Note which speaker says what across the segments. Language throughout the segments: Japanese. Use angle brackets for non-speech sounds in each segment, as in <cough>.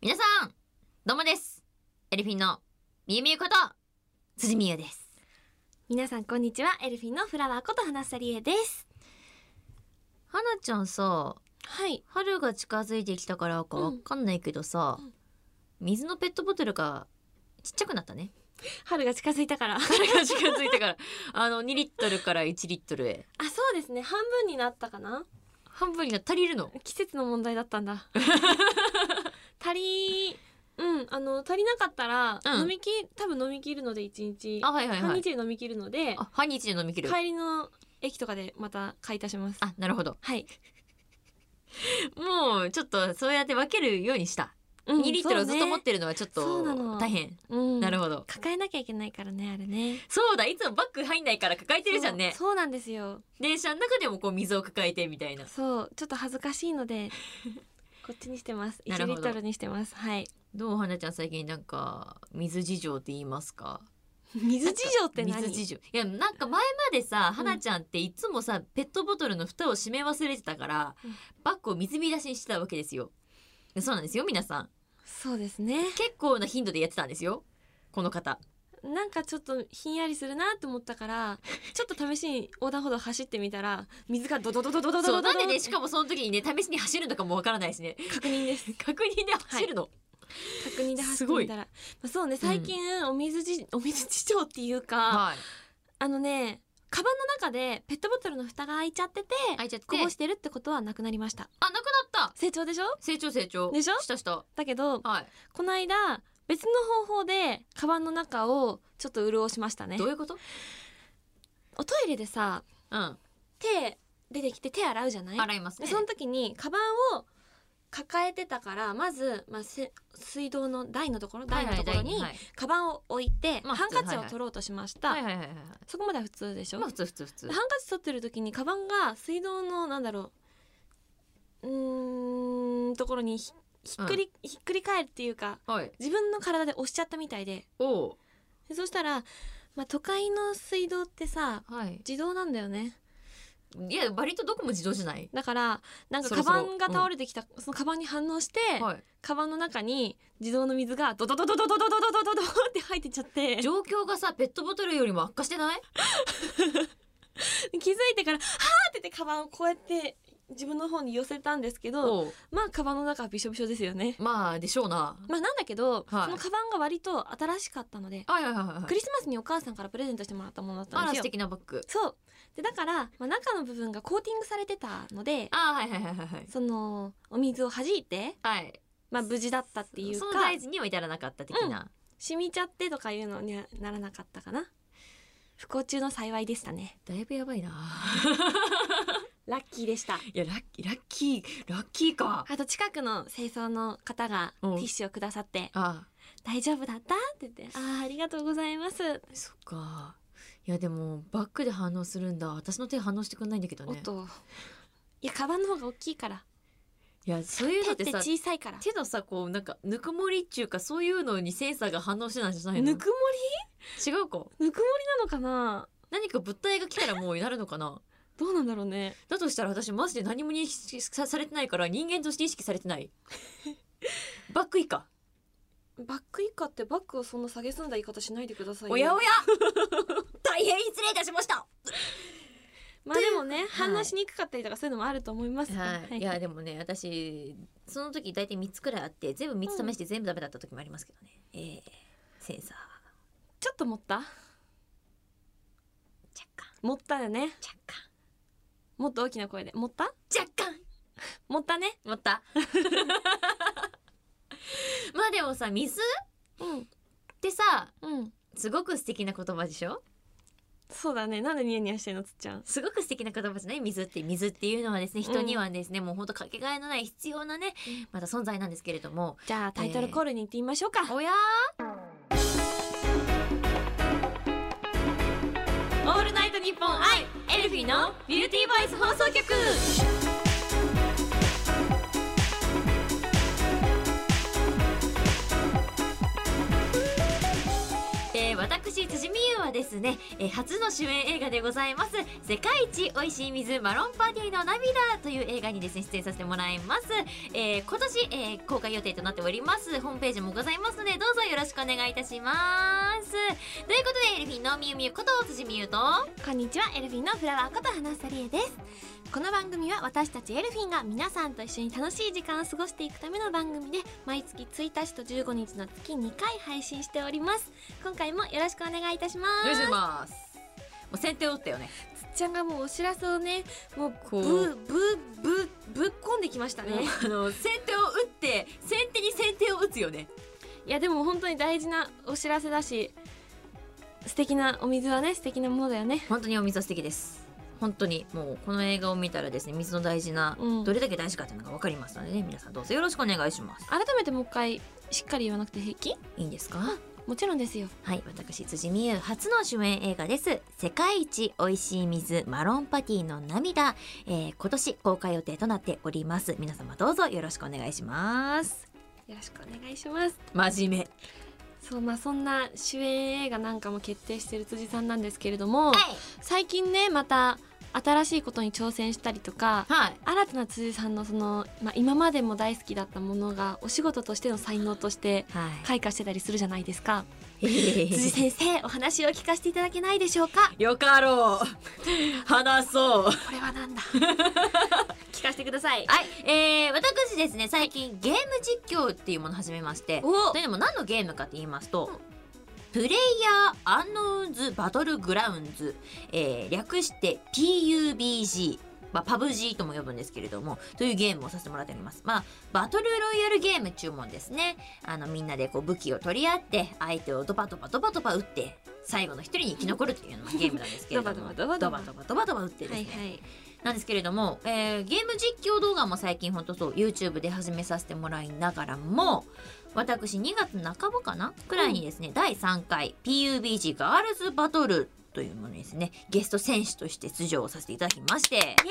Speaker 1: 皆さん、どうもです。エルフィンのみゆみゆこと、辻みゆです。
Speaker 2: 皆さんこんにちはエルフィンのフラワーこと花さりえです
Speaker 1: はなちゃんさ、
Speaker 2: はい
Speaker 1: 春が近づいてきたからかわかんないけどさ、
Speaker 2: うんうん
Speaker 1: 水のペットボトルがちっちゃくな <laughs> ったね。
Speaker 2: 春が近づいたからあ
Speaker 1: 春が近づいたから、あの、2リットルから1リットルへ。
Speaker 2: そうですね半分になったかな
Speaker 1: 半分が足りるの。
Speaker 2: 季節の問題だったん <laughs> だ足りうんあの足りなかったら、
Speaker 1: うん
Speaker 2: 飲みき多分飲み切るので一日
Speaker 1: あ、はいはいは
Speaker 2: 半
Speaker 1: い。
Speaker 2: 日で飲み切るので
Speaker 1: あ、半日で飲み切る。
Speaker 2: 帰りの駅とかでまた買い足します
Speaker 1: あ、なるほど。
Speaker 2: はい、
Speaker 1: もう、ちょっと、そうやって分けるようにした。
Speaker 2: う
Speaker 1: 2リットルをずっと持っ
Speaker 2: そ
Speaker 1: てるのはちょっ
Speaker 2: そう
Speaker 1: と
Speaker 2: なの
Speaker 1: 大変。
Speaker 2: うねうん、
Speaker 1: なる
Speaker 2: ほど
Speaker 1: ほど。
Speaker 2: 抱えなきゃいけないからねあれね
Speaker 1: そうだ、いつもバッグ入んないから抱えてるじゃんね。
Speaker 2: そうそうなんですよ
Speaker 1: 電車の中でもこう水を抱えてみたいな
Speaker 2: そうちょっと恥ずかしい
Speaker 1: <laughs>
Speaker 2: のでこっちにしてます
Speaker 1: な
Speaker 2: 1
Speaker 1: る
Speaker 2: リ
Speaker 1: ほど
Speaker 2: ットルにしてま
Speaker 1: <laughs>
Speaker 2: すはい
Speaker 1: どうはなちゃん最近なんか水事情って言いますか
Speaker 2: 水事情って何
Speaker 1: 水事情いやなんか前までさ
Speaker 2: ん
Speaker 1: はなちゃんっていつもさペットボトルの蓋を閉め忘れてたから、
Speaker 2: うん
Speaker 1: バッグを水浸しにしてたわけですよでそうなんですよ皆さん
Speaker 2: そうですね
Speaker 1: 結構な頻度でやってたんですよこの方
Speaker 2: なんかちょっとひんやりするなって思っ
Speaker 1: <laughs>
Speaker 2: たからちょっと試しに横断歩道走ってみたら水がドドドドドドド
Speaker 1: そう
Speaker 2: ドド
Speaker 1: なんでねしかもその時にね試しに走るのかもわからないしね <laughs>
Speaker 2: 確認です
Speaker 1: 確認で走るの、
Speaker 2: 確認で走ってみたらまあそうね最近、お水じお水事 <laughs> 情っていうか
Speaker 1: はい
Speaker 2: あのねカバンの中でペットボトルの蓋が開いちゃってて
Speaker 1: 開いちゃって
Speaker 2: こぼしてるってことはなくなりました
Speaker 1: あなくなった
Speaker 2: 成長でしょ
Speaker 1: 成長成長
Speaker 2: でしょ
Speaker 1: したした
Speaker 2: だけど
Speaker 1: はい
Speaker 2: この間別の方法でカバンの中をちょっと潤しましたね
Speaker 1: どういうこと
Speaker 2: おトイレでさ
Speaker 1: うん
Speaker 2: 手出てきて手洗うじゃない
Speaker 1: 洗います
Speaker 2: で
Speaker 1: ね
Speaker 2: その時にカバンを抱えてたからまず、まあ、せ水道の台のところ台のところに
Speaker 1: はい
Speaker 2: カバンを置いて、
Speaker 1: まあ
Speaker 2: ハンカ
Speaker 1: 普通は
Speaker 2: チ
Speaker 1: い
Speaker 2: を
Speaker 1: はい
Speaker 2: 取ろうとしました、
Speaker 1: はいはいはいはい
Speaker 2: そこまでは普通でしょ、
Speaker 1: まあ普通普通普通
Speaker 2: でハンカチ取ってる時にカバンが水道のなんだろううーんところにひひっくり、ひっくり返るっていうか
Speaker 1: はい
Speaker 2: 自分の体で押しちゃったみたいで
Speaker 1: お
Speaker 2: でそしたら、まあ、都会の水道ってさ
Speaker 1: はい
Speaker 2: 自動なんだよね
Speaker 1: いや割とどこも自動じゃない
Speaker 2: だからなんか
Speaker 1: そろ
Speaker 2: カ
Speaker 1: そろ
Speaker 2: バンが倒れてきたそのカバンに反応して、
Speaker 1: はい
Speaker 2: カバンの中に自動の水がドドドドドドドドドドドドって入ってっちゃって
Speaker 1: 状況がさペットボトルよりも悪化してない
Speaker 2: 気づいてから「はあ!」って言ってカバンをこうやって自分の方に寄せたんですけど
Speaker 1: お
Speaker 2: まあカバンの中はびしょびしょですよね。
Speaker 1: まあでしょうな
Speaker 2: まあなんだけど、
Speaker 1: はい
Speaker 2: そのカバンが割と新しかったので、
Speaker 1: はいはいはいは
Speaker 2: ク
Speaker 1: い
Speaker 2: リスマスにお母さんからプレゼントしてもらったものだった
Speaker 1: あ
Speaker 2: ん
Speaker 1: ら
Speaker 2: です
Speaker 1: 素
Speaker 2: よ。
Speaker 1: 敵なバッグ
Speaker 2: そうでだから、まあ、中の部分がコーティングされてたので
Speaker 1: あーはいはいはいはいはい
Speaker 2: そのお水を弾いて、
Speaker 1: はい
Speaker 2: まあ、無事だったっていう
Speaker 1: そ
Speaker 2: か
Speaker 1: の大事には至らなかった的な
Speaker 2: 染みちゃってとかいうのにはならなかったかな不幸中の幸いでしたね
Speaker 1: だいぶやばいな
Speaker 2: ラッキーでした
Speaker 1: いやラッキーラッキーラッキーか
Speaker 2: あと近くの清掃の方がテ
Speaker 1: うん
Speaker 2: ィッシュをくださって
Speaker 1: あ
Speaker 2: 「大丈夫だった?」って言って「ああありがとうございます」
Speaker 1: そっかいやでもバッグで反応するんだ私の手反応してくんないんだけど
Speaker 2: お
Speaker 1: ね
Speaker 2: っといやカバンの方が大きいから
Speaker 1: いやそういう
Speaker 2: 手
Speaker 1: のっ
Speaker 2: って
Speaker 1: てさ
Speaker 2: 小さいから
Speaker 1: 手のさこうなんかぬくもりっていうかそういうのにセンサーが反応してないんじゃないの
Speaker 2: ぬくも
Speaker 1: 違うか
Speaker 2: りぬくもりなのかな
Speaker 1: 何か物体が来たらもうなるのかな <laughs>
Speaker 2: どうなんだろうね
Speaker 1: だとしたら私マジで何も認識さされてないから人間として意識されて
Speaker 2: <laughs>
Speaker 1: ないバック以下
Speaker 2: バック以下ってバックをそんな下げすんだ言い方しないでくださいよ
Speaker 1: おやお <laughs> や大変失礼いたしました
Speaker 2: まあでもね
Speaker 1: い
Speaker 2: 反応しにくかったりとかそういうのもあると思います
Speaker 1: はい、いやでもね私その時大体3つくらいあって全部3つ試して全部ダメだった時もありますけどね、えー、センサー
Speaker 2: ちょっと持った
Speaker 1: 若干
Speaker 2: 持ったよね
Speaker 1: 若干
Speaker 2: もっと大きな声で持った
Speaker 1: 若干
Speaker 2: 持ったね
Speaker 1: 持った
Speaker 2: <laughs>
Speaker 1: まあでもさ水
Speaker 2: うん
Speaker 1: ってさ
Speaker 2: うん
Speaker 1: すごく素敵な言葉でしょ
Speaker 2: そうだねなんでニヤニヤしてんのつっちゃん
Speaker 1: すごく素敵な言葉じゃない水って水っていうのはですね人にはですね、もうほんとかけがえのない必要なね
Speaker 2: うん
Speaker 1: また存在なんですけれども
Speaker 2: じゃあタイトルコールに行ってみましょうか、
Speaker 1: おや
Speaker 2: オールナイトニッポンアイエルフィーのビューティーボイス放送局
Speaker 1: ー、えー私辻美優はですですね、えー初の主演映画でございます「世界一おいしい水マロンパティの涙」という映画にですね出演させてもらいます、えー今年、えー公開予定となっておりますホームページもございますのでどうぞよろしくお願いいたしますということでエルフィンのみゆみゆこと辻みゆと
Speaker 2: こんにちはエルフィンのフラワーこと花さりえですこの番組は私たちエルフィンが皆さんと一緒に楽しい時間を過ごしていくための番組で毎月1日と15日の月2回配信しております今回もよろしくお願いいたします
Speaker 1: しますもう先手を打ったよね
Speaker 2: つっちゃんがもうお知らせをねもう
Speaker 1: こ
Speaker 2: ぶ
Speaker 1: う
Speaker 2: ぶぶぶっこんできましたね
Speaker 1: もうあの先手を打って先手に先手を打つよね
Speaker 2: いやでも本当に大事なお知らせだし素敵なお水はね素敵なものだよね
Speaker 1: 本当にお水は素敵です本当にもうこの映画を見たらですね水の大事な、
Speaker 2: うん
Speaker 1: どれだけ大事かっていうのが分かりますのでね皆さんどうぞよろしくお願いします
Speaker 2: 改めてもう一回しっかり言わなくて平気
Speaker 1: いいんですか
Speaker 2: もちろんですよ
Speaker 1: はい私辻美優初の主演映画です世界一美味しい水マロンパティの涙、えー今年公開予定となっております皆様どうぞよろしくお願いします
Speaker 2: よろしくお願いします
Speaker 1: 真面目
Speaker 2: そうまあそんな主演映画なんかも決定してる辻さんなんですけれども、最近ねまた新しいことに挑戦したりとか
Speaker 1: はい
Speaker 2: 新たな辻さんのその、まあ、今までも大好きだったものがお仕事としての才能として
Speaker 1: は
Speaker 2: 開花してたりするじゃないですか
Speaker 1: い
Speaker 2: 辻先生お話を聞かせていただけないでしょうか
Speaker 1: よかろう <laughs> 話そう
Speaker 2: これはなんだ
Speaker 1: <laughs>
Speaker 2: 聞かせてください
Speaker 1: はい、えー、私ですね最近ゲーム実況っていうものを始めまして
Speaker 2: お
Speaker 1: というのも何のゲームかと言いますと、プレイヤーアンノーンズバトルグラウンズ、えー略して PUBG まあ、パブ G とも呼ぶんですけれども、というゲームをさせてもらっております。まあ、バトルロイヤルゲーム注文ですね。あの、みんなでこう武器を取り合って、相手をドバドバドバドバ打って、最後の一人に生き残るというようなゲームなんですけれども、
Speaker 2: ドバドバド
Speaker 1: ドバドバドバ打ってです
Speaker 2: は
Speaker 1: ね、
Speaker 2: いはい
Speaker 1: なんですけれども、えーゲーム実況動画も最近ほんとそう YouTube で始めさせてもらいながらも私2月半ばかなくらいにですね、第3回 PUBG ガールズバトルというものにですねゲスト選手として出場をさせていただきましてありがと
Speaker 2: お疲れ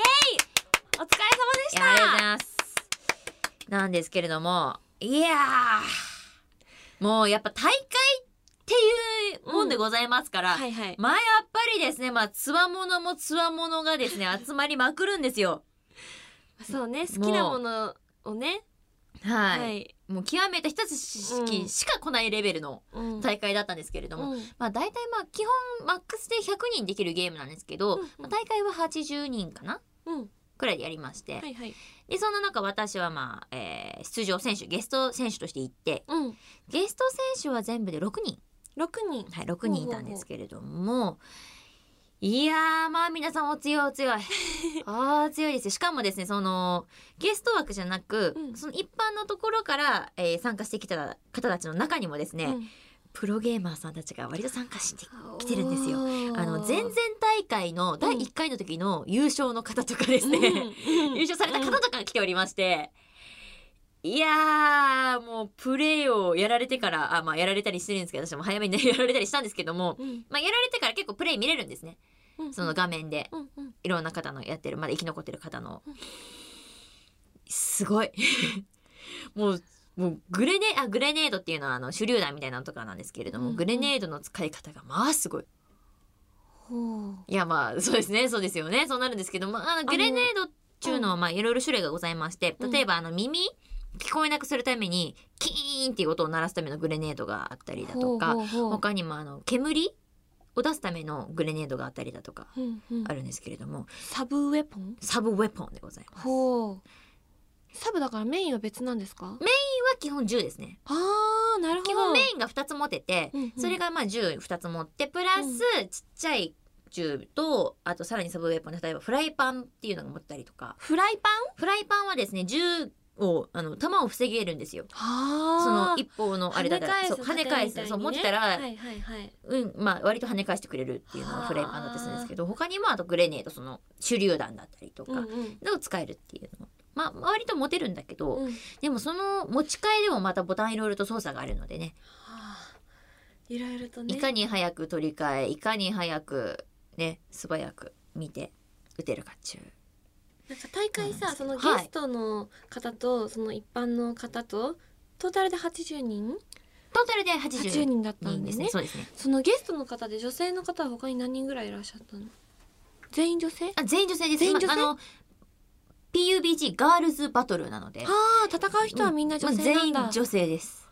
Speaker 2: 様でし
Speaker 1: うござい
Speaker 2: た
Speaker 1: ますなんですけれどもいやーもうやっぱ大会っていうもんでございますから、
Speaker 2: はいはい
Speaker 1: まあやっぱりですねまあつわものもつわものがですね集まりまくるんですよ
Speaker 2: そうね好きなものをね
Speaker 1: はい、
Speaker 2: はい、
Speaker 1: もう極めた人たちししか来ないレベルの
Speaker 2: うん
Speaker 1: 大会だったんですけれども、
Speaker 2: うん
Speaker 1: まあ大体まあ基本マックスで100人できるゲームなんですけど、
Speaker 2: うんうん
Speaker 1: まあ大会は80人かな
Speaker 2: うん、
Speaker 1: くらいでやりまして、
Speaker 2: はいはい
Speaker 1: でそんな中私はまあ、えー出場選手ゲスト選手として行って
Speaker 2: うん
Speaker 1: ゲスト選手は全部で6人、
Speaker 2: 六人
Speaker 1: はい、6人いたんですけれども。いやーまあ皆さんお強いお強い
Speaker 2: <laughs>
Speaker 1: あー強いですよしかもですねそのゲスト枠じゃなく、
Speaker 2: うん
Speaker 1: その一般のところから、えー参加してきた方たちの中にもですね、
Speaker 2: うん
Speaker 1: プロゲーマーさんたちが割と参加して来てるんですよ
Speaker 2: おー
Speaker 1: あの前々大会の第1回の時の優勝の方とかですね、
Speaker 2: うんう
Speaker 1: <laughs>
Speaker 2: ん
Speaker 1: 優勝された方とかが来ておりまして、いやーもうプレーをやられてからあまあやられたりしてるんですけど私も早めにねやられたりしたんですけども、
Speaker 2: うん
Speaker 1: まあ、やられてから結構プレー見れるんですね
Speaker 2: うん
Speaker 1: その画面で
Speaker 2: うんうん
Speaker 1: いろんな方のやってるまだ生き残ってる方の
Speaker 2: うん
Speaker 1: すごい <laughs> もうもうグレネあグレネードっていうのはあの手榴弾みたいなのとかなんですけれども、
Speaker 2: うん
Speaker 1: グレネードの使い方がまあすごい
Speaker 2: ほう
Speaker 1: いやまあ <laughs> そうですねそうですよねそうなるんですけどもあのグレネードっていうのはまあいろいろ種類がございまして
Speaker 2: うん
Speaker 1: 例えばあの耳聞こえなくするためにキーンっていう音を鳴らすためのグレネードがあったりだとか
Speaker 2: ほうほうほう
Speaker 1: 他にもあの煙を出すためのグレネードがあったりだとか
Speaker 2: うんうん
Speaker 1: あるんですけれども
Speaker 2: サブウェポン
Speaker 1: サブウェポンでございます。こ
Speaker 2: ほうサブだからメインは別なんですか
Speaker 1: れは基本銃ですね
Speaker 2: あーなるほど
Speaker 1: 基本メインが2つ持てて、
Speaker 2: うんうん
Speaker 1: それがまあ銃2つ持ってプラスちっちゃい銃とあとさらにサブウェポン例えばフライパンっていうのが持ったりとか
Speaker 2: フライパン
Speaker 1: フライパンはですね銃をあの弾を防げるんですよ。
Speaker 2: あー
Speaker 1: その一方のあれだから
Speaker 2: 跳ね返す
Speaker 1: そう跳ね返
Speaker 2: みたい
Speaker 1: す
Speaker 2: にね
Speaker 1: そう持ってたら、
Speaker 2: はいはいはい
Speaker 1: うんまあ割と跳ね返してくれるっていうのがフライパンだったりするんですけど他にもあとグレネードその手榴弾だったりとか、
Speaker 2: うんうん
Speaker 1: を使えるっていうの。まあ割と持てるんだけど、
Speaker 2: うん
Speaker 1: でもその持ち替えでもまたボタンいろいろと操作があるのでね
Speaker 2: あーいろいろとね
Speaker 1: いかに早く取り替えいかに早くね素早く見て打てるかっちゅう
Speaker 2: なんか大会さ、
Speaker 1: うん
Speaker 2: そのゲ
Speaker 1: はい
Speaker 2: ストの方と、その一般の方とトータルで80人
Speaker 1: トータルで80
Speaker 2: 80人だった
Speaker 1: 人
Speaker 2: ん
Speaker 1: で
Speaker 2: ですす
Speaker 1: ね
Speaker 2: ね
Speaker 1: そうですね
Speaker 2: そのゲストの方で女性の方は他に何人ぐらいいらっしゃったの全員女性あ
Speaker 1: あ全員女性です
Speaker 2: 全員女性
Speaker 1: まあの PUBG ガールズバトルなので
Speaker 2: あー戦う人はみんな女
Speaker 1: まあ
Speaker 2: 性なんだ、
Speaker 1: 全員女性です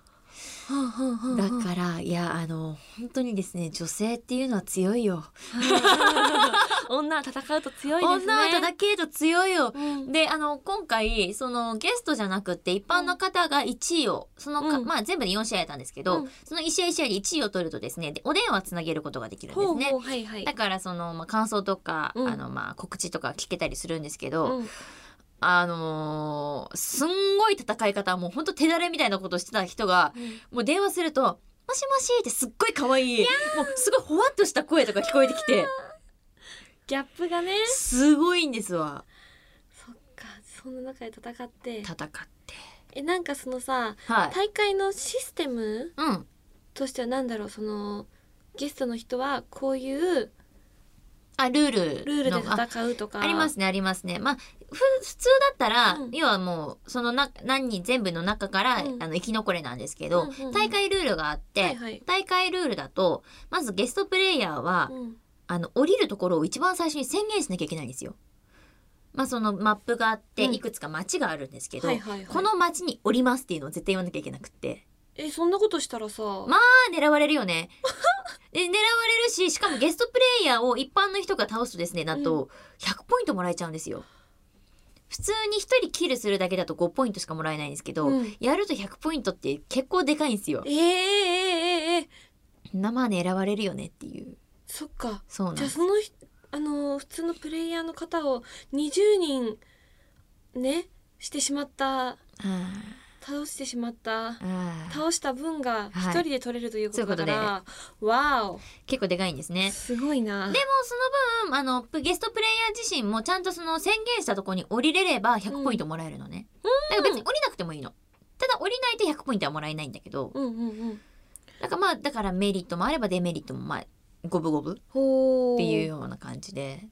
Speaker 2: はあはあはあはあ
Speaker 1: だからいやあの本当にですね女性っていうのは強いよ
Speaker 2: 女は戦うと強いですね
Speaker 1: 女は叩けど強いよ
Speaker 2: うん
Speaker 1: であの今回そのゲストじゃなくて一般の方が1位をそのか、
Speaker 2: うん
Speaker 1: まあ、全部で4試合やったんですけど、
Speaker 2: うん
Speaker 1: その1試合1試合で1位を取るとですねでお電話つなげることができるんで
Speaker 2: ほ
Speaker 1: す
Speaker 2: う
Speaker 1: ね。
Speaker 2: ほうはいはい
Speaker 1: だからその、まあ、感想とか、
Speaker 2: うん
Speaker 1: あのまあ、告知とか聞けたりするんですけど、
Speaker 2: うん
Speaker 1: あのーすんごい戦い方もうほんと手だれみたいなことしてた人がもう電話すると「もしもし」ってすっごい可愛いもうすごいほわっとした声とか聞こえてきて
Speaker 2: ギャップがね
Speaker 1: すごいんですわ
Speaker 2: そっかそんな中で戦って
Speaker 1: 戦って。
Speaker 2: えなんかそのさ
Speaker 1: はい、
Speaker 2: 大会のシステム
Speaker 1: うん
Speaker 2: としてはなんだろうそのゲストの人はこういう
Speaker 1: あルール
Speaker 2: ルールで
Speaker 1: のあ
Speaker 2: 戦うとか
Speaker 1: ありますねありますねまあふ普通だったら、
Speaker 2: うん
Speaker 1: 要はもうそのな何人全部の中から、
Speaker 2: うん
Speaker 1: あの生き残れなんですけど、
Speaker 2: うんうんうん
Speaker 1: 大会ルールがあって、
Speaker 2: はいはい
Speaker 1: 大会ルールだとまずゲストプレイヤーは、
Speaker 2: うん
Speaker 1: あの降りるところを一番最初に宣言しなきゃいけないんですよ。まあそのマップがあって、
Speaker 2: うん
Speaker 1: いくつか街があるんですけど、
Speaker 2: はいはいはい
Speaker 1: この街に降りますっていうのを絶対言わなきゃいけなくって
Speaker 2: えそんなことしたらさ
Speaker 1: まあ狙われるよ
Speaker 2: <laughs>
Speaker 1: ね。で狙われるししかもゲストプレイヤーを一般の人が倒すとですねなんと100ポイントもらえちゃうんですよ。普通に1人キルするだけだと5ポイントしかもらえないんですけど、
Speaker 2: うん
Speaker 1: やると100ポイントって結構でかいんですよ
Speaker 2: え。ー、えー、えー、えー、
Speaker 1: 生で狙われるよねっていう
Speaker 2: そっか
Speaker 1: そうなん
Speaker 2: じゃ
Speaker 1: で
Speaker 2: あ
Speaker 1: す。
Speaker 2: そのひあのー普通のプレイヤーの方を20人ねしてしまった
Speaker 1: あ
Speaker 2: 倒してしまった
Speaker 1: ーあー
Speaker 2: 倒した分
Speaker 1: はい
Speaker 2: が一人で取れるということだから、
Speaker 1: そうい
Speaker 2: わ
Speaker 1: 結構でかいんですね
Speaker 2: お。すごいな
Speaker 1: でもその分あのゲストプレイヤー自身もちゃんとその宣言したとこに降りれれば100ポイントもらえるのね、だから別に降りなくてもいいのただ降りないと100ポイントはもらえないんだけど
Speaker 2: うんうんうん
Speaker 1: なんかまあだからメリットもあればデメリットもまあ五分五分っ
Speaker 2: ほー
Speaker 1: ていうような感じで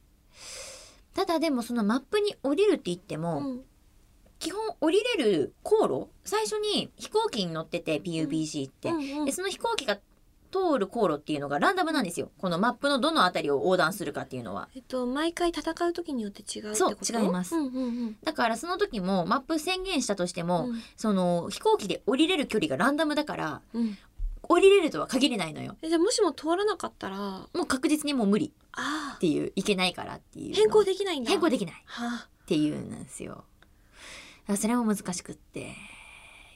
Speaker 1: ただでもそのマップに降りるって言っても、
Speaker 2: うん
Speaker 1: 基本降りれる航路最初に飛行機に乗ってて PUBG って、
Speaker 2: うんうん
Speaker 1: でその飛行機が通る航路っていうのがランダムなんですよこのマップのどの辺りを横断するかっていうのは
Speaker 2: えっと毎回戦う時によって違うって
Speaker 1: そう
Speaker 2: こと
Speaker 1: 違います
Speaker 2: うんうんうん
Speaker 1: だからその時もマップ宣言したとしても、
Speaker 2: うん
Speaker 1: その飛行機で降りれる距離がランダムだから
Speaker 2: うん、
Speaker 1: 降りれるとは限れないのよ
Speaker 2: えじゃあもしも通らなかったらあ
Speaker 1: もう確実にもう無理
Speaker 2: あ
Speaker 1: っていういけないからっていうの
Speaker 2: 変更できないんだ
Speaker 1: 変更で
Speaker 2: で
Speaker 1: きないっ
Speaker 2: はあ
Speaker 1: ていうんですよあそれも難しくって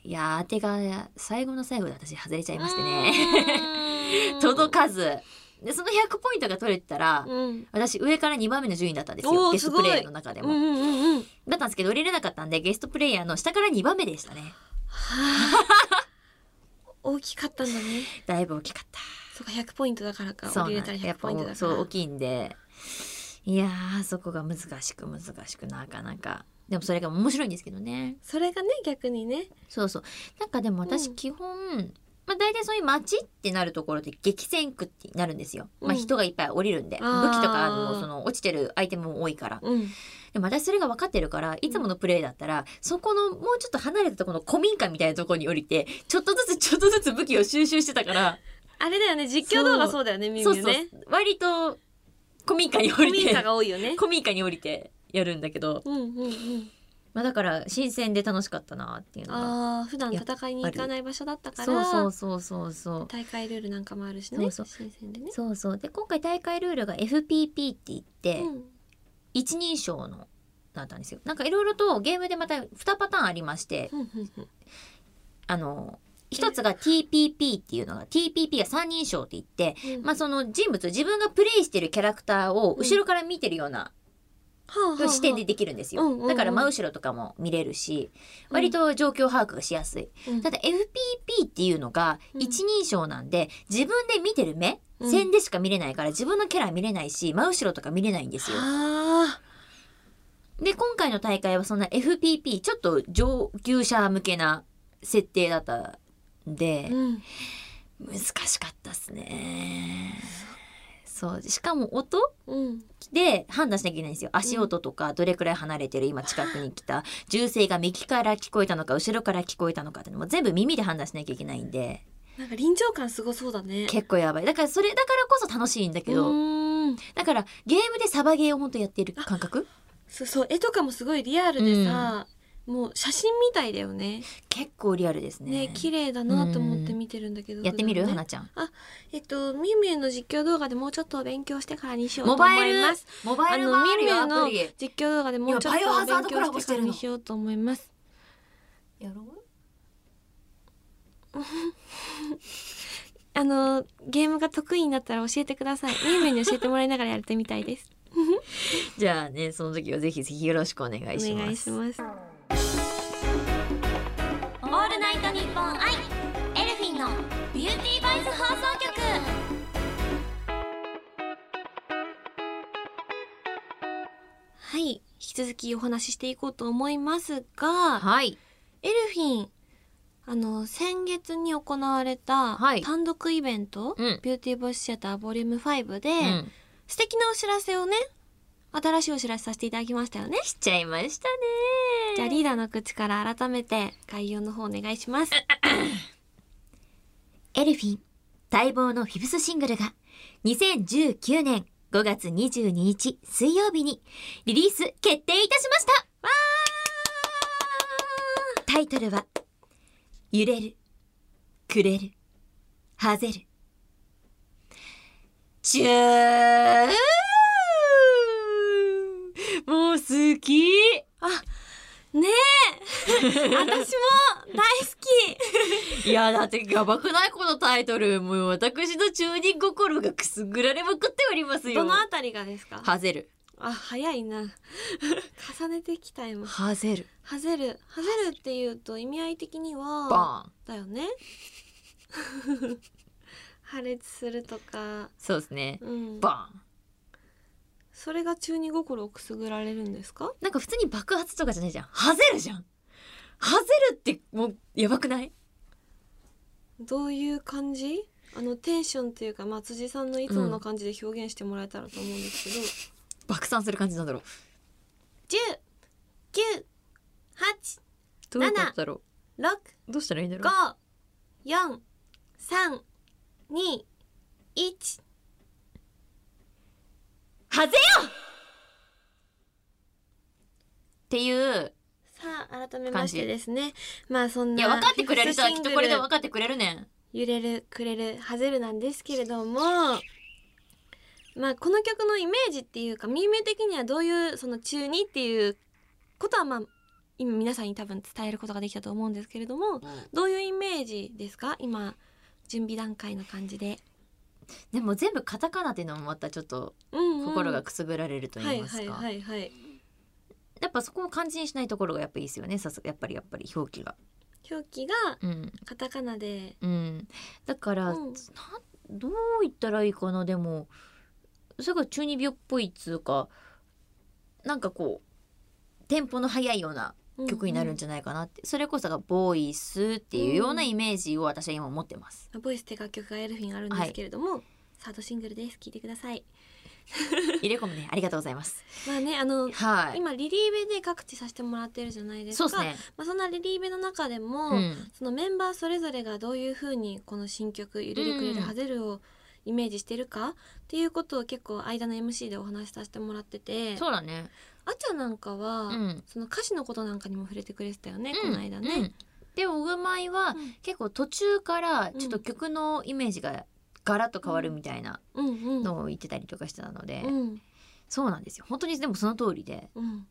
Speaker 1: いやー当てが最後の最後で私外れちゃいましてね <laughs> 届
Speaker 2: か
Speaker 1: かずでその100ポイントが取れてたら、
Speaker 2: うん
Speaker 1: 私上から2番目の順位だったんです
Speaker 2: お
Speaker 1: よ
Speaker 2: ー
Speaker 1: ゲストプレイヤーの中で
Speaker 2: うん
Speaker 1: も、
Speaker 2: うんうんうん
Speaker 1: だったんですけど降りれなかったんでゲストプレイヤーの下から2番目でしたね
Speaker 2: はあ大きかったんだね。
Speaker 1: だいぶ大きかった
Speaker 2: そうか100ポイントだからか。
Speaker 1: そう
Speaker 2: 入
Speaker 1: な
Speaker 2: れ
Speaker 1: ん
Speaker 2: たら
Speaker 1: やっ
Speaker 2: 100
Speaker 1: ぱ
Speaker 2: ポイントだから。
Speaker 1: そう大きいんでいやーそこが難しく難しくなかなかでもそれが面白いんですけどね
Speaker 2: それがね逆にね。
Speaker 1: そうそうなんかでも私
Speaker 2: うん
Speaker 1: 基本、まあ、大体そういう街ってなるところで激戦区ってなるんですよ、ま
Speaker 2: う
Speaker 1: あ、
Speaker 2: ん
Speaker 1: 人がいっぱい降りるんで、
Speaker 2: あー
Speaker 1: 武器とかもその落ちてるアイテムも多いから
Speaker 2: うん。
Speaker 1: でも私それが分かってるからいつものプレイだったらそこのもうちょっと離れたところの古民家みたいなところに降りてちょっとずつちょっとずつ武器を収集してたから
Speaker 2: あれだよね実況動画そうだよねみ
Speaker 1: そ
Speaker 2: ゆ
Speaker 1: う
Speaker 2: みゆ
Speaker 1: そう
Speaker 2: ね。
Speaker 1: 割と古民家に降り
Speaker 2: 古民
Speaker 1: て
Speaker 2: 家が多いよね。
Speaker 1: 古民家に降りてやるんだけど、
Speaker 2: うんうんうん。
Speaker 1: まあ、だから新鮮で楽しかったなっていうのが
Speaker 2: ああ普段戦いに行かない場所だったから。
Speaker 1: そうそうそうそうそう
Speaker 2: 大会ルールなんかもあるしね。
Speaker 1: そう
Speaker 2: 新鮮でね。
Speaker 1: そうそうで今回大会ルールが FPP って言って、
Speaker 2: うん。
Speaker 1: 一人称のだったんですよなんかいろいろとゲームでまた2パターンありまして
Speaker 2: うんうんうん
Speaker 1: あの一つが TPP っていうのが TPP が三人称って言って、
Speaker 2: うん
Speaker 1: まあ、その人物自分がプレイしてるキャラクターを後ろから見てるような
Speaker 2: はあはあはあ
Speaker 1: 視点でできるんです
Speaker 2: うんうんう
Speaker 1: よ
Speaker 2: ん
Speaker 1: だから真後ろとかも見れるし
Speaker 2: うん
Speaker 1: 割と状況把握がしやすい
Speaker 2: うん
Speaker 1: ただ FPP っていうのが
Speaker 2: うん
Speaker 1: 一人称なんで自分で見てる目
Speaker 2: うん
Speaker 1: 線でしか見れないから自分のキャラ見れないし真後ろとか見れないんですよ
Speaker 2: あ
Speaker 1: で今回の大会はそんな FPP ちょっと上級者向けな設定だったん
Speaker 2: あ。
Speaker 1: で
Speaker 2: うん。
Speaker 1: 難しかったっすねそうしかも音
Speaker 2: うん。
Speaker 1: で判断しなきゃいけないんですよ足音とかどれくらい離れてる今近くに来た銃声が右から聞こえたのか後ろから聞こえたのかっていうのも全部耳で判断しなきゃいけないんで
Speaker 2: なんか臨場感すごそうだね
Speaker 1: <laughs> 結構やばいだからそれだからこそ楽しいんだけ
Speaker 2: う
Speaker 1: ど
Speaker 2: ーん
Speaker 1: だからゲームでサバゲーを本当やってる感覚
Speaker 2: そうそう絵とかもすごいリアルでさ、もう写真みたいだよね
Speaker 1: 結構リアルですね
Speaker 2: ね綺麗だなと思って見てるんだけど
Speaker 1: やってみる
Speaker 2: 普段ね
Speaker 1: 花ちゃん
Speaker 2: えっとみゆみゆの実況動画でもうちょっとお勉強してからにしようと
Speaker 1: モ
Speaker 2: 思い
Speaker 1: バイル
Speaker 2: ます
Speaker 1: モバイル版あるよ
Speaker 2: あ
Speaker 1: ア
Speaker 2: の
Speaker 1: プリ
Speaker 2: みゆみゆ
Speaker 1: や
Speaker 2: 実況動画でもうちょっ
Speaker 1: 今
Speaker 2: と
Speaker 1: バイオハ
Speaker 2: お
Speaker 1: ザード
Speaker 2: 勉
Speaker 1: コラ
Speaker 2: 強
Speaker 1: ボ
Speaker 2: し
Speaker 1: してて
Speaker 2: か
Speaker 1: る
Speaker 2: ら
Speaker 1: の
Speaker 2: にしようと思います
Speaker 1: ろう
Speaker 2: あのゲームが得意になったら教えてくださいみゆみゆに教えてもらいながらやってみたいです
Speaker 1: じゃあねその時はぜひぜひよろしくお願
Speaker 2: お
Speaker 1: いし
Speaker 2: 願
Speaker 1: ま
Speaker 2: いし
Speaker 1: す
Speaker 2: ます
Speaker 3: オールナイトニッポンアイエルフィンのビューティーバイス放送局
Speaker 2: はい引き続きお話ししていこうと思いますが
Speaker 1: はい
Speaker 2: エルフィンあの先月に行われた
Speaker 1: はい
Speaker 2: 単独イベント、
Speaker 1: うん
Speaker 2: ビューティーボイスシアターボリューム5で、
Speaker 1: うん
Speaker 2: 素敵なお知らせをね新しいお知らせさせていただきましたよね
Speaker 1: しちゃいましたね
Speaker 2: じゃあリーダーの口から改めて概要の方お願いします
Speaker 1: エルフィン待望のフィフスシングルが2019年5月22日水曜日にリリース決定いたしましたわータイトルは「揺れるくれるはぜる」チューもう好き
Speaker 2: ね
Speaker 1: <laughs>
Speaker 2: え私も大好き
Speaker 1: いやだってやばくないこのタイトルもう私の中二心がくすぐられまくっておりますよ
Speaker 2: どのあたりがですか
Speaker 1: はぜる
Speaker 2: あ早いな <laughs> 重ねてきたよ
Speaker 1: はぜる
Speaker 2: ハゼるハゼるっていうと意味合い的には
Speaker 1: バーン
Speaker 2: だよね <laughs> 破裂するとか、
Speaker 1: そうですね
Speaker 2: うん、
Speaker 1: バーン
Speaker 2: それが中二心をくすぐられるんですか
Speaker 1: なんか普通に爆発とかじゃないじゃんはぜるじゃんはぜるってもうやばくない
Speaker 2: どういう感じあのテンションっていうか、まあ、辻さんのいつもの感じで表現してもらえたらと思うんですけど、
Speaker 1: 爆散する感じなんだろう
Speaker 2: 十、九、八、
Speaker 1: どういうことだろ
Speaker 2: 六、
Speaker 1: うどうしたらいいんだろう
Speaker 2: 五、四、三、二、一。
Speaker 1: はぜよっていう
Speaker 2: さあ改めましてですね。まあそん
Speaker 1: い
Speaker 2: な
Speaker 1: や分かってくれる人は
Speaker 2: シ
Speaker 1: き
Speaker 2: ン
Speaker 1: っ
Speaker 2: グ
Speaker 1: と
Speaker 2: ル
Speaker 1: これで分かってくれるねん
Speaker 2: 揺れるくれるハゼるなんですけれども。まあこの曲のイメージっていうかミーム的にはどういうその中二っていうことはまあ今皆さんに多分伝えることができたと思うんですけれどもどういうイメージですか今準備段階の感じで、
Speaker 1: でも全部カタカナっていうのもまたちょっと
Speaker 2: うんうん
Speaker 1: 心がくすぐられると言いますか、
Speaker 2: はいはいはいはい
Speaker 1: やっぱそこを漢字にしないところがやっぱいいですよねさすやっぱりやっぱり表記が
Speaker 2: 表記が
Speaker 1: うん
Speaker 2: カタカナで
Speaker 1: うんだから、
Speaker 2: う
Speaker 1: な
Speaker 2: ん
Speaker 1: んどう言ったらいいかなでもすごい中二病っぽいっつうかなんかこうテンポの速いような曲になるん
Speaker 2: じ
Speaker 1: じゃないかなって、それこそがボイスっていうようなイメージを私は今持って
Speaker 2: <laughs>
Speaker 1: ます。
Speaker 2: ゃボイスって楽曲がエルフィンあるんですけれども、サードシングルです聞いてください
Speaker 1: 入れ込むねありがとうございます。
Speaker 2: まあねあの
Speaker 1: はい。
Speaker 2: 今リリーベで各地させてもらってるじゃないです
Speaker 1: そ
Speaker 2: か
Speaker 1: うですね。
Speaker 2: まあ、そんなリリーベの中でも、
Speaker 1: うん。
Speaker 2: そのメンバーそれぞれがどういうふうにこの新曲「ゆるりくれ
Speaker 1: うん
Speaker 2: るハゼル」をイメージしてるかっていうことを結構間の MC でお話しさせてもらってて
Speaker 1: そうだね。
Speaker 2: あちゃんなんかは、
Speaker 1: うん。
Speaker 2: その歌詞のことなんかにも触れてくれてたよね、
Speaker 1: うん
Speaker 2: この間ね。
Speaker 1: うんでオグマイは結構途中からちょっと曲のイメージがガラッと変わるみたいな
Speaker 2: うんうん
Speaker 1: のを言ってたりとかしてたので、
Speaker 2: うん
Speaker 1: そうなんですよ。本当にでもその通りで。
Speaker 2: うん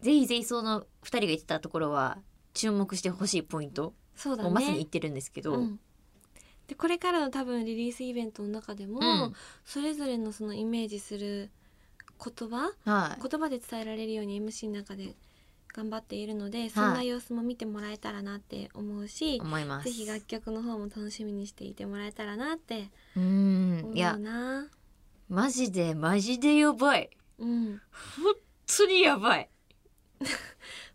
Speaker 1: ぜひぜひその2人が言ってたところは注目してほしいポイント
Speaker 2: そうだ
Speaker 1: を
Speaker 2: ね
Speaker 1: まさに言ってるんですけど、
Speaker 2: うんでこれからの多分リリースイベントの中でも、
Speaker 1: うん
Speaker 2: それぞれのそのイメージする言葉
Speaker 1: はい
Speaker 2: 言葉で伝えられるように MC の中で頑張っているのでそんな様子も見てもらえたらなって思うし、
Speaker 1: 思います。
Speaker 2: ぜひ楽曲の方も楽しみにしていてもらえたらなって
Speaker 1: う
Speaker 2: 思
Speaker 1: ん
Speaker 2: う
Speaker 1: いや
Speaker 2: な。
Speaker 1: マジでマジでやばい
Speaker 2: うん、
Speaker 1: 本当にやばい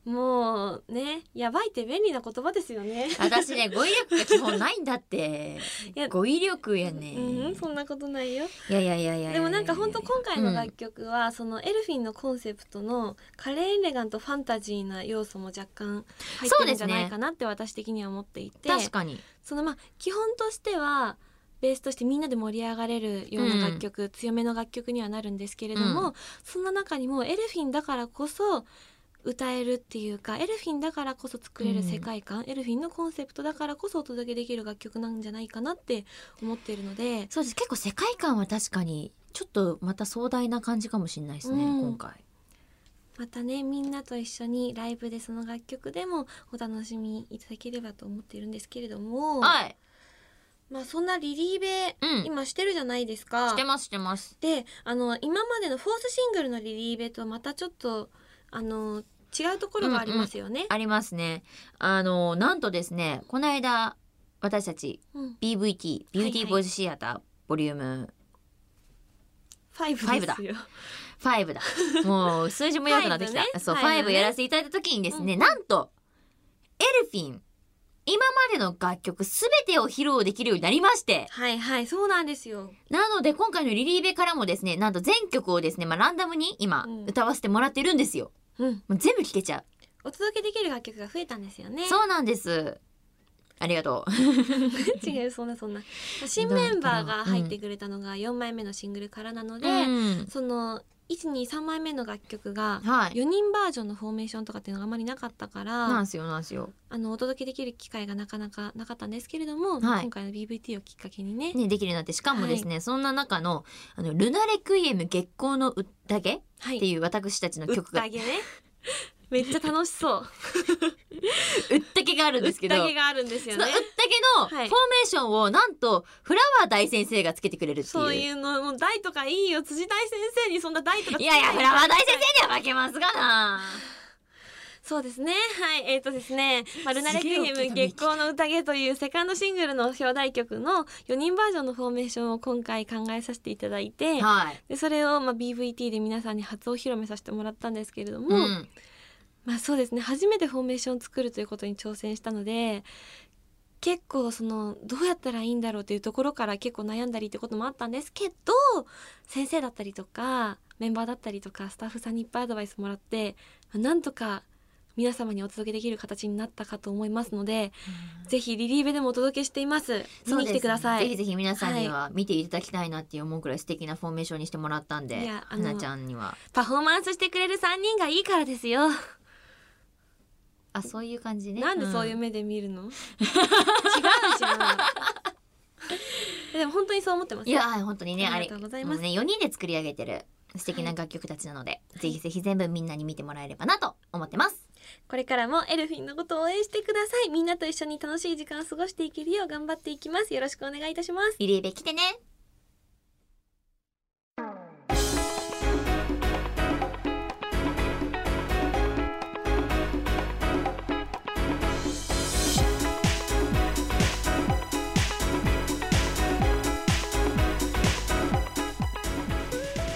Speaker 2: もうねやばいって便利な言葉ですよね
Speaker 1: 私ね語彙力が基本ないんだって
Speaker 2: いや
Speaker 1: 語彙力やね、
Speaker 2: <laughs> うん
Speaker 1: い
Speaker 2: そんなことないよ
Speaker 1: やいやいやいやいや
Speaker 2: でもなんか本当今回
Speaker 1: う
Speaker 2: の
Speaker 1: ん
Speaker 2: 楽曲は、そのエルフィンのコンセプトのカレーエレガントファンタジーな要素も若干入ってるんじゃないかなって私的には思っていて
Speaker 1: 確かに
Speaker 2: そのまあ基本としてはベースとしてみんなで盛り上がれるような楽曲、強めの楽曲にはなるんですけれども、
Speaker 1: う
Speaker 2: そんな中にもエルフィンだからこそ歌えるっていうかエルフィンだからこそ作れる世界観、エルフィンのコンセプトだからこそお届けできる楽曲なんじゃないかなって思っているので
Speaker 1: そうです結構世界観は確かにちょっとまた壮大な感じかもしれないですね、
Speaker 2: うん
Speaker 1: 今回
Speaker 2: またねみんなと一緒にライブでその楽曲でもお楽しみいただければと思っているんですけれども
Speaker 1: はい
Speaker 2: まあそんなリリーベ
Speaker 1: うん
Speaker 2: 今してるじゃないですか。
Speaker 1: してますしてます
Speaker 2: であの今までのフォースシングルのリリーベとまたちょっとあの違うところがありますよね。
Speaker 1: ありますねあのなんとですねこの間私たち
Speaker 2: うん
Speaker 1: BVT ビューティーボイスシアター、ボリューム
Speaker 2: ファイブですよ。
Speaker 1: 5だもう数字も良くなってきた、
Speaker 2: ファイ <laughs> ブね
Speaker 1: そう
Speaker 2: ファイブ
Speaker 1: 5
Speaker 2: ね
Speaker 1: やらせていただいた時にですね、
Speaker 2: うん
Speaker 1: なんとエルフィン今までの楽曲すべてを披露できるようになりまして
Speaker 2: はいはいそうなんですよ。
Speaker 1: なので今回のリリーベからもですねなんと全曲をですね、まあ、ランダムに今
Speaker 2: うん
Speaker 1: 歌わせてもらってるんですよ、
Speaker 2: うん
Speaker 1: もう全部聴けちゃ
Speaker 2: お届けできる楽曲が増えたんですよ
Speaker 1: う、
Speaker 2: ね。
Speaker 1: そうなんですありがとう
Speaker 2: <laughs> 違うそんなそんな新メンバーが入ってくれたのが4枚目のシングルからなので、
Speaker 1: うん
Speaker 2: その123枚目の楽曲が
Speaker 1: はい
Speaker 2: 4人バージョンのフォーメーションとかっていうのがあまりなかったから、
Speaker 1: なんすよなんすよ
Speaker 2: あのお届けできる機会がなかなかなかったんですけれども、
Speaker 1: はい
Speaker 2: 今回の BVT をきっかけにね
Speaker 1: ねできるようになってしかもですね、そんな中のあのルナレクイエム月光の宴っ
Speaker 2: はい
Speaker 1: ていう私たちの
Speaker 2: うっ
Speaker 1: 曲が
Speaker 2: たげねめっちゃ楽しそう
Speaker 1: うったけがあるん <laughs> ですけど
Speaker 2: うったげがあるんですよ
Speaker 1: そのう
Speaker 2: ね
Speaker 1: ったけのフォーメ
Speaker 2: はい
Speaker 1: ーションをなんとフラワー大先生がつけてくれるっていう
Speaker 2: そういうのもう大とかいいよ辻大先生にそんな大とかつけ
Speaker 1: い
Speaker 2: て
Speaker 1: やいやフラワー大先生には負けますがな
Speaker 2: そうですねはいえっ、とですね「まあルナレクイエ
Speaker 1: すげえ
Speaker 2: ム
Speaker 1: 音がね
Speaker 2: 月光の宴」というセカンドシングルの表題曲の4人バージョンのフォーメーションを今回考えさせていただいて
Speaker 1: はい、
Speaker 2: でそれをまあ BVT で皆さんに初お披露目させてもらったんですけれども、
Speaker 1: うん、
Speaker 2: まあそうですね初めてフォーメーションを作るということに挑戦したので結構そのどうやったらいいんだろうというところから結構悩んだりってこともあったんですけど先生だったりとかメンバーだったりとかスタッフさんにいっぱいアドバイスもらってまあなんとか皆様にお届けできる形になったかと思いますのでぜひリリーベでもお届けしています見に来てくだ
Speaker 1: そ
Speaker 2: さ
Speaker 1: うですねぜひ
Speaker 2: い。
Speaker 1: ぜひ皆さんには見ていただきたいなって思うくらい素敵なフォーメーションにしてもらったんで、
Speaker 2: いやあ
Speaker 1: は
Speaker 2: の
Speaker 1: なちゃんには
Speaker 2: パフォーマンスしてくれる3人がいいからですよ。
Speaker 1: あそういう感じね
Speaker 2: なんでそういう目で見るの、違うじゃん <laughs> でも本当にそう思ってます
Speaker 1: いや本当にね
Speaker 2: あ
Speaker 1: あ
Speaker 2: り
Speaker 1: れ
Speaker 2: が
Speaker 1: も
Speaker 2: とうございます
Speaker 1: うね4人で作り上げてる素敵な楽曲たちなので、ぜひぜひ全部みんなに見てもらえればなと思ってます。
Speaker 2: これからもエルフィンのことを応援してくださいみんなと一緒に楽しい時間を過ごしていけるよう頑張っていきますよろしくお願いいたします
Speaker 1: リリーベ来てね。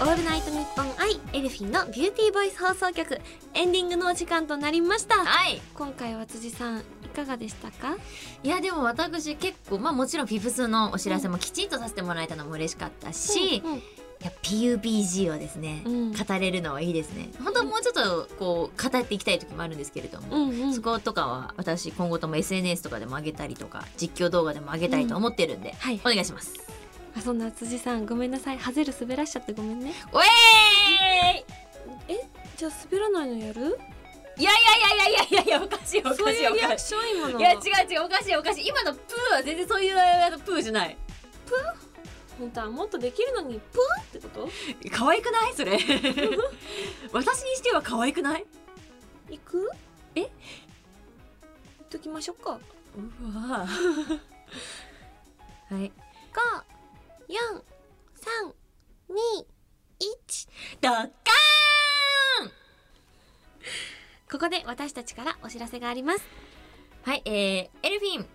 Speaker 2: オールナイトニッポン愛エルフィンのビューティーボイス放送局エンディングのお時間となりました
Speaker 1: はい。
Speaker 2: 今回は辻さんいかがでしたか
Speaker 1: いやでも私結構まあもちろんフィフスのお知らせもきちんとさせてもらえたのも嬉しかったし、
Speaker 2: うんうん
Speaker 1: いや PUBG をですね、
Speaker 2: うん
Speaker 1: 語れるのはいいですね。本当はもうちょっとこう語っていきたい時もあるんですけれども。
Speaker 2: うんうん
Speaker 1: そことかは私今後とも SNS とかでも上げたりとか実況動画でも上げたいと思ってるんで、
Speaker 2: はい
Speaker 1: お願いします。
Speaker 2: あそんな辻さんごめんなさいハゼル滑らしちゃってごめんね
Speaker 1: おえーい
Speaker 2: じゃあ滑らないのやる
Speaker 1: いやいやいやいやいやいやおかしいおかしい
Speaker 2: そういう
Speaker 1: お
Speaker 2: リア
Speaker 1: か
Speaker 2: ク
Speaker 1: し
Speaker 2: ション今の
Speaker 1: いいや違う違うおかしいおかしい今のプーは全然そういうあのプーじゃない
Speaker 2: 本当はもっとできるのにプーってこと
Speaker 1: 可愛くないそ
Speaker 2: <laughs>
Speaker 1: れ私にしては可愛くない
Speaker 2: 行く
Speaker 1: え
Speaker 2: 行っときましょうか
Speaker 1: うわはい
Speaker 2: 五、四、三、二、一。
Speaker 1: ドッカーン
Speaker 2: ここで私たちからお知らせがあります。
Speaker 1: はいえー、エルフィン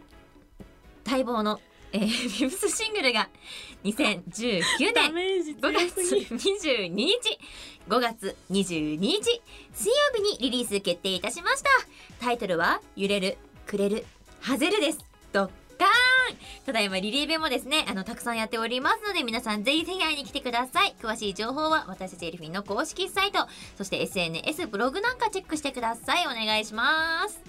Speaker 1: 待望のえー、ビブスシングルが2019
Speaker 2: ダ
Speaker 1: 年
Speaker 2: メー
Speaker 1: <laughs>
Speaker 2: ジ
Speaker 1: 5
Speaker 2: 強
Speaker 1: 月
Speaker 2: すぎ
Speaker 1: 22日5月22日水曜日にリリース決定いたしましたタイトルは「揺れるくれるはぜる」ですドッカーンただいまリリーベもですねあのたくさんやっておりますので皆さんぜひぜひ会いに来てください詳しい情報は私たちエルフィンの公式サイトそして SNS ブログなんかチェックしてくださいお願いします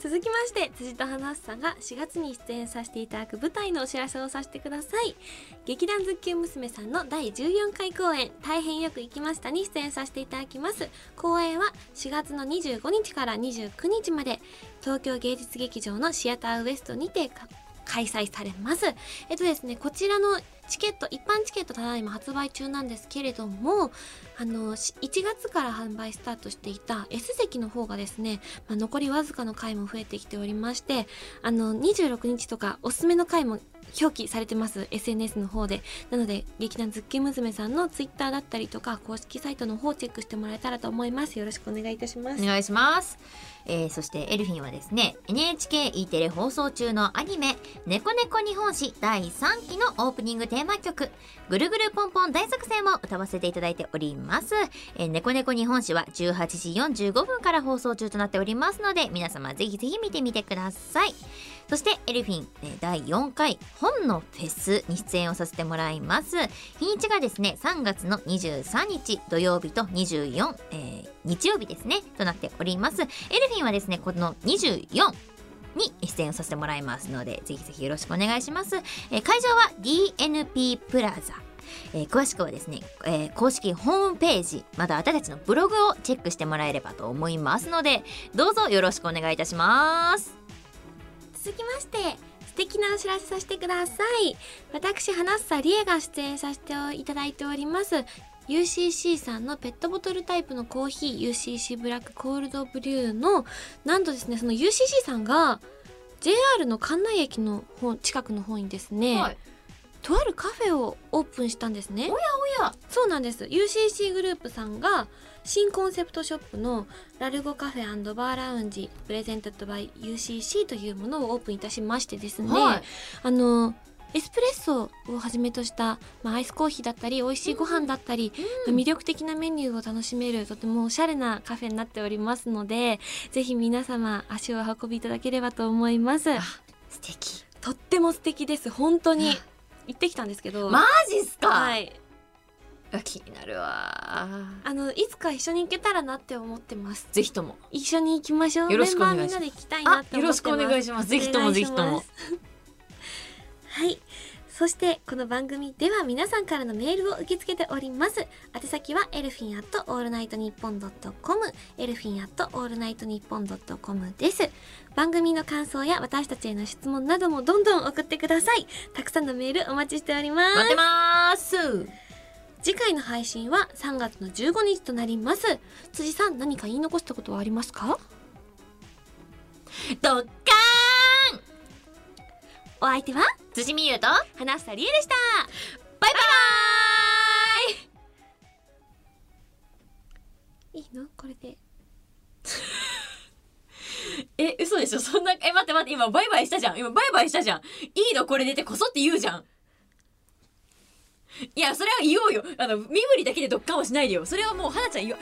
Speaker 2: 続きまして辻と花さんが4月に出演させていただく舞台のお知らせをさせてください劇団ズッキュン娘さんの第14回公演大変よく行きましたに出演させていただきます公演は4月の25日から29日まで東京芸術劇場のシアターウエストにてか開催されますえっとですねこちらのチケット一般チケットただいま発売中なんですけれどもあのし1月から販売スタートしていた S 席の方がですねまあ、残りわずかの回も増えてきておりましてあの26日とかおすすめの回も表記されてます SNS の方でなので劇団ズッキュン娘さんの Twitter だったりとか公式サイトの方をチェックしてもらえたらと思いますよろしくお願いいたします
Speaker 1: お願いします、えーそしてエルフィンはですね NHKE テレ放送中のアニメ「ネコネコ日本史」第3期のオープニングテーマ曲「ぐるぐるポンポン大作戦」を歌わせていただいております、えー、ネコネコ日本史は18時45分から放送中となっておりますので皆様ぜひぜひ見てみてくださいそしてエルフィンえー第4回本のフェスに出演をさせてもらいます日にちがですね3月の23日土曜日と24、えー日曜日ですねとなっておりますエルフィンはですねこの24に出演をさせてもらいますのでぜひぜひよろしくお願いします、えー会場は DNP プラザえー詳しくはですね、えー公式ホームページまた私たちのブログをチェックしてもらえればと思いますのでどうぞよろしくお願いいたします
Speaker 2: 続きまして素敵なお知らせさせてください私花房理恵が出演させていただいております UCC さんのペットボトルタイプのコーヒー UCC ブラックコールドブリューのなんとですねその UCC さんが JR の関内駅の方近くの方にですね、
Speaker 1: はい
Speaker 2: とあるカフェをオープンしたんですね
Speaker 1: おやおや
Speaker 2: そうなんです UCC グループさんが新コンセプトショップのラルゴカフェバーラウンジプレゼントバイ UCC というものをオープンいたしましてですね、
Speaker 1: はい
Speaker 2: あのエスプレッソをはじめとした、まあ、アイスコーヒーだったり美味しいご飯だったり、
Speaker 1: うん
Speaker 2: 魅力的なメニューを楽しめるとてもおしゃれなカフェになっておりますのでぜひ皆様足をお運びいただければと思います
Speaker 1: 素敵
Speaker 2: とっても素敵です本当に
Speaker 1: あ
Speaker 2: 行ってきたんですけど、
Speaker 1: マジっすか、
Speaker 2: はい、
Speaker 1: あ気になるわ
Speaker 2: あのいつか一緒に行けたらなって思ってます
Speaker 1: ぜひとも
Speaker 2: 一緒に行きましょう
Speaker 1: よろしくお願いし
Speaker 2: メ
Speaker 1: ま
Speaker 2: ンバーみん
Speaker 1: す
Speaker 2: なで行きたいな
Speaker 1: あ
Speaker 2: って
Speaker 1: よろ
Speaker 2: 思ってます
Speaker 1: しくお願いしますぜひともぜひとも
Speaker 2: <laughs> はい。そしてこの番組では皆さんからのメールを受け付けております。宛先はエルフィンアットオールナイトニッポンドットコム、エルフィンアットオールナイトニッポンドットコムです。番組の感想や私たちへの質問などもどんどん送ってください。たくさんのメールお待ちしております。
Speaker 1: 待ってます
Speaker 2: 次回の配信は3月の15日となります。辻さん何か言い残したことはありますか？
Speaker 1: ドッカーン
Speaker 2: お相手は
Speaker 1: 辻美優と
Speaker 2: 花房理恵でした。
Speaker 1: バイバーイ
Speaker 2: いいのこれで。
Speaker 1: え、嘘でしょそんな、え、待って待って、今バイバイしたじゃん。今バイバイしたじゃん。いいのこれでってこそって言うじゃん。いや、それは言おうよ。あの、身振りだけでドッカンはしないでよ。それはもう、花ちゃん言おう。